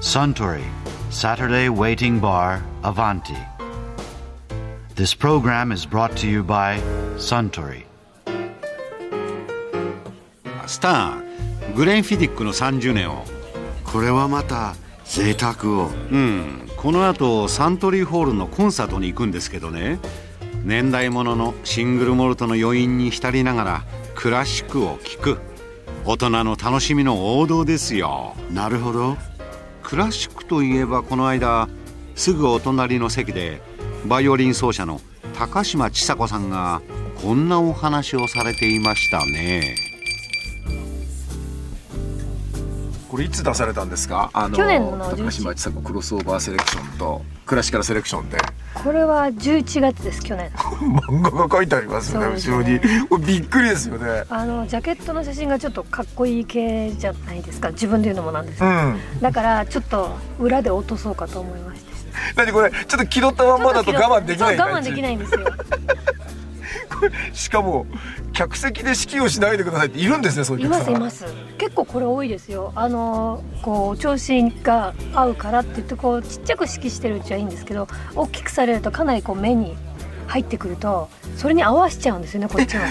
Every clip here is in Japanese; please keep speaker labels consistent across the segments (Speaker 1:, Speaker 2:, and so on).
Speaker 1: Suntory Saturday Waiting Bar Avanti. This program is brought to you by Suntory.
Speaker 2: スターングレン・フィディックの30年を
Speaker 3: これはまた贅沢を
Speaker 2: うんこの後サントリーホールのコンサートに行くんですけどね年代物ののシングルモルトの余韻に浸りながらクラシックを聴く大人の楽しみの王道ですよ
Speaker 3: なるほど
Speaker 2: クラシックといえばこの間すぐお隣の席でバイオリン奏者の高嶋ちさ子さんがこんなお話をされていましたね
Speaker 4: これいつ出されたんですかあの
Speaker 5: 去年の11
Speaker 4: 高嶋ちさ子クロスオーバーセレクションとクラシカルセレクション で
Speaker 5: これは11月です去年
Speaker 4: 漫画が書いてありますよね
Speaker 5: そうです
Speaker 4: 後ろに
Speaker 5: ね
Speaker 4: これびっくりですよね
Speaker 5: あのジャケットの写真がちょっとかっこいい系じゃないですか自分で言うのもなんですけ
Speaker 4: う
Speaker 5: ど、
Speaker 4: ん
Speaker 5: だからちょっと裏で落とそうかと思いまして
Speaker 4: 何これちょっと気取ったまんまだと我慢できない
Speaker 5: そう我
Speaker 4: 感
Speaker 5: 慢
Speaker 4: じ
Speaker 5: できないんですよ
Speaker 4: しかも客席で指揮をしないでくださいっているんですねそうい
Speaker 5: いう
Speaker 4: お
Speaker 5: ま
Speaker 4: 客
Speaker 5: す
Speaker 4: さん
Speaker 5: います結構これ多いですよあのこう調子が合うからって言ってこうちっちゃく指揮してるうちはいいんですけど大きくされるとかなりこう目に入ってくるとそれに合わせちゃうんですよねこっちは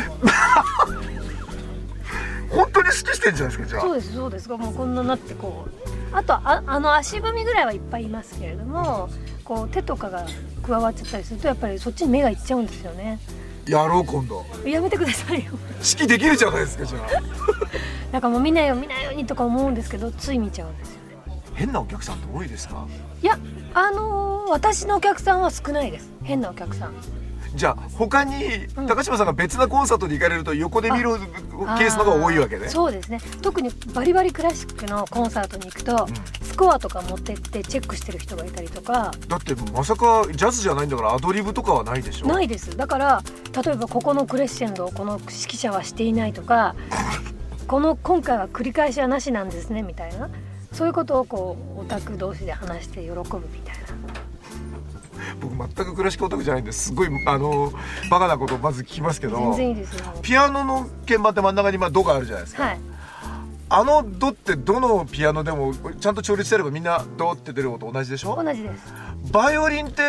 Speaker 4: 本当に指揮してんじゃないですかじゃ
Speaker 5: そ
Speaker 4: あ
Speaker 5: うですそうですもうこんななってこうあとああの足踏みぐらいはいっぱいいますけれどもこう手とかが加わっちゃったりするとやっぱりそっちに目がいっちゃうんですよね
Speaker 4: やろう今度
Speaker 5: やめてくださいよ
Speaker 4: 指揮できるじゃないですかじゃあ
Speaker 5: なんかもう見ないよ見ないようにとか思うんですけどつい見ちゃうんですよ
Speaker 4: 変なお客さんって多いですか
Speaker 5: いやあのー私のお客さんは少ないです変なお客さん
Speaker 4: じゃあ他に
Speaker 5: うん
Speaker 4: 高島さんが別なコンサートに行かれると横で見るケースの方が多いわけ
Speaker 5: あ
Speaker 4: ね
Speaker 5: ーそうですね特にバリバリクラシックのコンサートに行くと、スコアとか持ってってチェックしてる人がいたりとか
Speaker 4: だってまさかジャズじゃないんだからアドリブとかはないでしょ
Speaker 5: ないですだから例えばここのクレッシェンドをこの指揮者はしていないとかこの今回は繰り返しはなしなんですねみたいなそういうことをこうオタク同士で話して喜ぶみたいな
Speaker 4: 僕全くクラシックオタクじゃないんですすごいあのバカなことをまず聞きますけ
Speaker 5: 全
Speaker 4: ど
Speaker 5: 然いいですよ
Speaker 4: ピアノの鍵盤って真ん中にまあドがあるじゃないですか、
Speaker 5: はい
Speaker 4: あのドってどのピアノでもちゃんと調律してればみんなドって出る音同じでしょ
Speaker 5: 同じです
Speaker 4: バイオリンって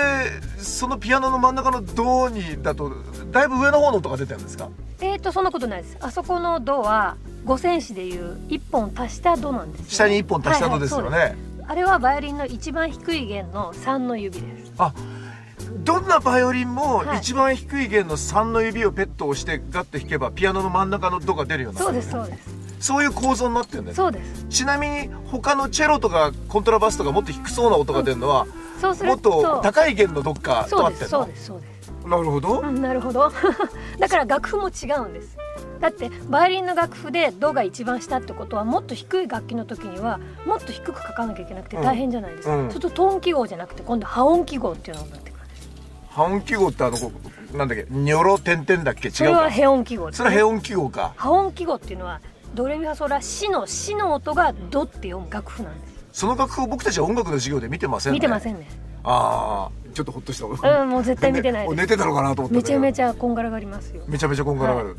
Speaker 4: そのピアノの真ん中のドにだとだいぶ上の方の音が出てるんですか
Speaker 5: えーとそんなことないですあそこの「ド」は五線紙でいう一本足した「ド」なんです、ね、
Speaker 4: 下に1本足した
Speaker 5: は
Speaker 4: 音
Speaker 5: いはい
Speaker 4: ですよね、
Speaker 5: そうですあれはバイオリンの一番低い弦の三の指です
Speaker 4: あどんなバイオリンも
Speaker 5: はい
Speaker 4: 一番低い弦の3の指をペットをしてガッて弾けばピアノの真ん中のドが出るようにな
Speaker 5: そう
Speaker 4: る
Speaker 5: ですそうです
Speaker 4: そういう構造になってるんだよね
Speaker 5: そうです
Speaker 4: ちなみに他のチェロとかコントラバスとかもっと低そうな音が出るのは、
Speaker 5: そうす
Speaker 4: も
Speaker 5: る
Speaker 4: っ
Speaker 5: と
Speaker 4: と高い弦のどっかと
Speaker 5: そ
Speaker 4: 合
Speaker 5: う
Speaker 4: っ
Speaker 5: で
Speaker 4: て
Speaker 5: す
Speaker 4: ん
Speaker 5: そう
Speaker 4: の
Speaker 5: ですそうです
Speaker 4: なるほど、
Speaker 5: うん、なるほど だから楽譜も違うんですだってバイオリンの楽譜で「ド」が一番下ってことはもっと低い楽器の時にはもっと低く書かなきゃいけなくて大変じゃないですか、
Speaker 4: うん
Speaker 5: ちょっとトーン記号じゃなくて今度波音記号っていうのになってくるんです
Speaker 4: 波音記号ってあのこうなんだっけニョロ点々だっけ
Speaker 5: そ
Speaker 4: 違
Speaker 5: れ
Speaker 4: う
Speaker 5: は
Speaker 4: か
Speaker 5: ヘ音記号です
Speaker 4: それは平音記号か
Speaker 5: 波音記号っていうのはドレミファソラシの「シ」の音が「ド」って読む楽譜なんです
Speaker 4: その楽譜を僕たちは音楽の授業で見てませんね
Speaker 5: 見てませんね
Speaker 4: ああちょっとほっとした
Speaker 5: うんもう絶対見てな い
Speaker 4: ね
Speaker 5: です
Speaker 4: 寝てたのかなと思ったんだ
Speaker 5: め
Speaker 4: け
Speaker 5: ち
Speaker 4: ど
Speaker 5: ゃめちゃこんがらがりますよ
Speaker 4: めちゃめちゃこんがらがる、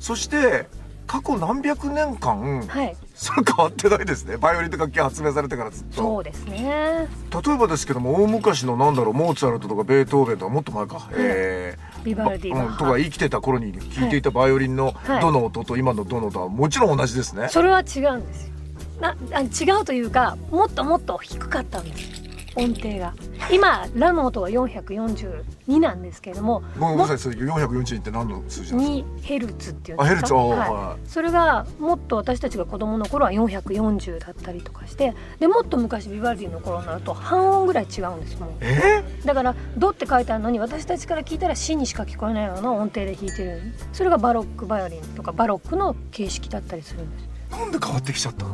Speaker 4: そして過去何百年間、
Speaker 5: はい
Speaker 4: それ変わってないですねバイオリンって楽器が発明されてからずっ
Speaker 5: そ
Speaker 4: と
Speaker 5: うですね
Speaker 4: 例えばですけども大昔のなんだろうモーツァルトとかベートーベンとかもっと前か、えー
Speaker 5: ビバルディ
Speaker 4: ばうん
Speaker 5: バッハ
Speaker 4: とか生きてた頃に聴いていたバイオリンの
Speaker 5: はい
Speaker 4: どの音と今のどの音はもちろん同じですね、
Speaker 5: それは違うんですよなあ違うというかもっともっと低かったんです音程が今ラの音は442なんですけれども
Speaker 4: ごめん
Speaker 5: も
Speaker 4: なさいそれ442って何の数字なんですか
Speaker 5: 2ヘルツっていうんですか
Speaker 4: あヘルツあーは
Speaker 5: はい、それがもっと私たちが子供の頃は440だったりとかしてでもっと昔ビバルディの頃になると半音ぐらい違うんですもん
Speaker 4: え
Speaker 5: だから「ド」って書いてあるのに私たちから聞いたら「シ」にしか聞こえないような音程で弾いてるそれがバロックバイオリンとかバロックの形式だったりするんです
Speaker 4: ー、なんで変わってきちゃったの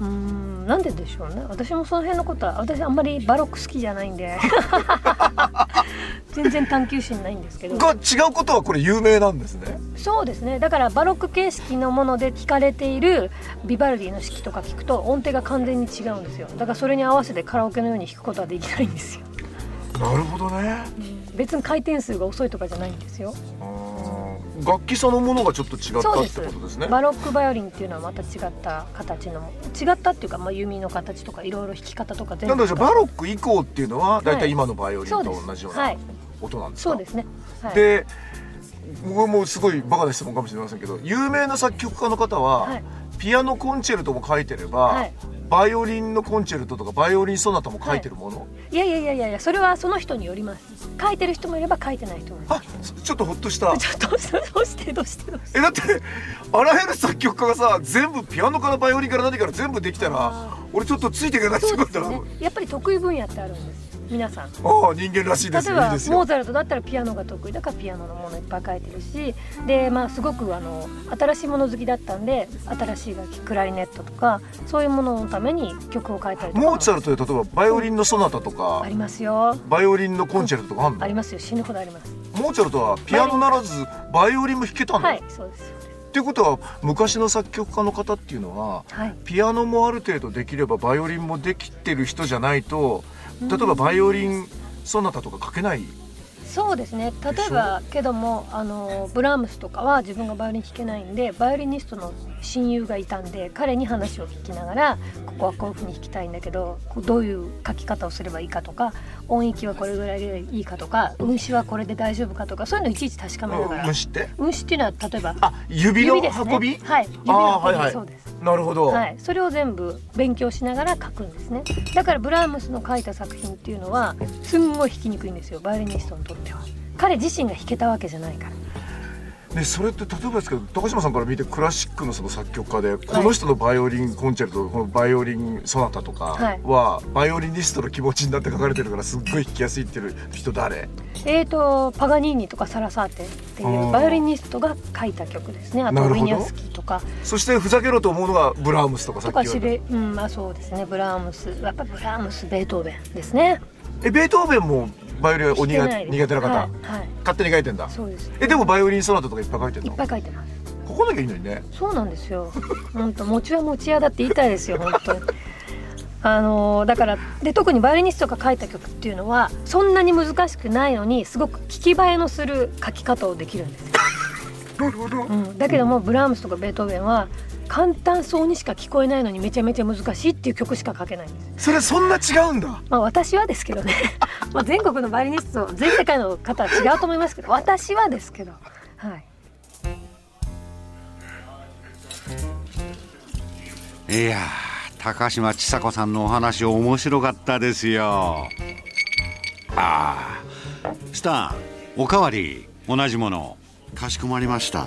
Speaker 5: うーんなんででしょうね私もその辺のことは私あんまりバロック好きじゃないん で全然探求心ないんですけど
Speaker 4: が違うことはこれ有名なんですね
Speaker 5: そうですねだからバロック形式のもので聞かれているビバルディの式とか聞くと音程が完全に違うんですよだからそれに合わせてカラオケのように弾くことはできないんですよ
Speaker 4: なるほどね
Speaker 5: 別に回転数が遅いとかじゃないんですよ
Speaker 4: うーん楽器そのものがちょっと違った
Speaker 5: そう
Speaker 4: っ
Speaker 5: で
Speaker 4: て
Speaker 5: す
Speaker 4: ことですね
Speaker 5: バロックバイオリンっていうのはまた違った形の違ったっていうか、まあ、弓の形とかいろいろ弾き方とか全
Speaker 4: なんだじゃあバ
Speaker 5: ッ
Speaker 4: ロック以降っていうのはだいたい今のバイオリン
Speaker 5: そ
Speaker 4: と
Speaker 5: うです
Speaker 4: 同じよう
Speaker 5: は、
Speaker 4: ない音なんですか、
Speaker 5: そうですね、はい、
Speaker 4: で僕はもうすごいバカな質問かもしれませんけど有名な作曲家の方は、
Speaker 5: はい
Speaker 4: ピアノコンチェルトも書いてれば、
Speaker 5: はい
Speaker 4: バイオリンのコンチェルトとかバイオリンソナタも書いてるもの、
Speaker 5: いやいやいやいやいやそれはその人によります書いてる人もいれば書いてない人もいる
Speaker 4: あちょっとほっとした
Speaker 5: ちょっとどうしてどうしてどうしてどうして
Speaker 4: えだってあらゆる作曲家がさ全部ピアノからバイオリンから何から全部できたら
Speaker 5: あ
Speaker 4: 俺ちょっとついていけないって
Speaker 5: そう
Speaker 4: こ
Speaker 5: で
Speaker 4: と
Speaker 5: す
Speaker 4: だ
Speaker 5: よねやっぱり得意分野ってあるんです皆さん
Speaker 4: ああ人間らしい
Speaker 5: 例
Speaker 4: で
Speaker 5: え
Speaker 4: すよいい
Speaker 5: ば
Speaker 4: です
Speaker 5: モー
Speaker 4: よ
Speaker 5: ツァルトだったらピアノが得意だからピアノのものいっぱい書いてるしでまあすごくあの新しいもの好きだったんで新しい楽器クラリネットとかそういうもののために曲を書いたりとかも
Speaker 4: モーツァルトで例えばバイオリンのソナタとか
Speaker 5: ありますよ
Speaker 4: バイオリンのコンチェルトとかあん
Speaker 5: あり
Speaker 4: の
Speaker 5: ますよ死ぬほどあります
Speaker 4: モーツァルトはピアノならずバイオリンも弾けたの、
Speaker 5: はいそうです
Speaker 4: っていうことは昔の作曲家の方っていうのは
Speaker 5: はい
Speaker 4: ピアノもある程度できればバイオリンもできてる人じゃないと例えばバイオリンソナタとか書けない
Speaker 5: そうですね例えばけどもあのブラームスとかは自分がバイオリン弾けないんでバイオリニストの親友がいたんで彼に話を聞きながらここはこういうふうに弾きたいんだけどこうどういう書き方をすればいいかとか音域はこれぐらいでいいかとか運指はこれで大丈夫かとかそういうのをいちいち確かめながら
Speaker 4: 虫って
Speaker 5: 運指っていうのは例えば
Speaker 4: あ指の
Speaker 5: 指ですね
Speaker 4: 運び
Speaker 5: はい指
Speaker 4: あー
Speaker 5: の運
Speaker 4: は
Speaker 5: び、
Speaker 4: いはい
Speaker 5: そうです
Speaker 4: なるほど、
Speaker 5: はい、それを全部勉強しながら書くんですねだからブラームスの書いた作品っていうのはすんごい弾きにくいんですよバイオリニストにとっては彼自身が弾けたわけじゃないから
Speaker 4: でそれって例えばですけど高島さんから見てクラシックのその作曲家でこの人のバイオリンコンチェルトこのバイオリンソナタと
Speaker 5: は
Speaker 4: か
Speaker 5: い
Speaker 4: はバイオリニストの気持ちになって書かれてるからすっごい弾きやすいっていう人誰
Speaker 5: えーとパガニーニとかサラサーテって
Speaker 4: あ
Speaker 5: い
Speaker 4: ー
Speaker 5: うバイオリニストが書いた曲ですねあと
Speaker 4: なる
Speaker 5: ウ
Speaker 4: ほど
Speaker 5: ィニャスキーとか
Speaker 4: そしてふざけろと思うのがブラームスとかさっ
Speaker 5: と
Speaker 4: き言
Speaker 5: か
Speaker 4: わ
Speaker 5: シ
Speaker 4: れた
Speaker 5: ベうんまあそうですねブラームスやっぱりブラームスベートーベンですね
Speaker 4: えベートーベンもバイオリンお
Speaker 5: 弾け
Speaker 4: 苦
Speaker 5: ない
Speaker 4: 手
Speaker 5: です
Speaker 4: 苦手な方、
Speaker 5: はい、はい、
Speaker 4: 勝手に書いてんだ
Speaker 5: そうです
Speaker 4: えでもバイオリンソナタとかいっぱい書いてん
Speaker 5: いっ
Speaker 4: の
Speaker 5: ぱい書いてます
Speaker 4: ここだけいいのにね
Speaker 5: そうなんですよ。本当餅は餅屋だって言いたいですよ本当に。 あのーだからで特にバイオリニストが書いた曲っていうのはそんなに難しくないのにすごく聞き映えのする書き方をできるんですよ、
Speaker 4: なるほど
Speaker 5: うん、だけどもブラームスとかベートーベンは簡単そうにしか聞こえないのにめちゃめちゃ難しいっていう曲しか書けないんです
Speaker 4: それそんな違うんだ
Speaker 5: まあ私はですけどね まあ全国のバイオリニスト全世界の方は違うと思いますけど私はですけどはい
Speaker 2: いやー高島千佐子さんのお話面白かったですよああスタンおかわり同じもの
Speaker 3: かしこまりました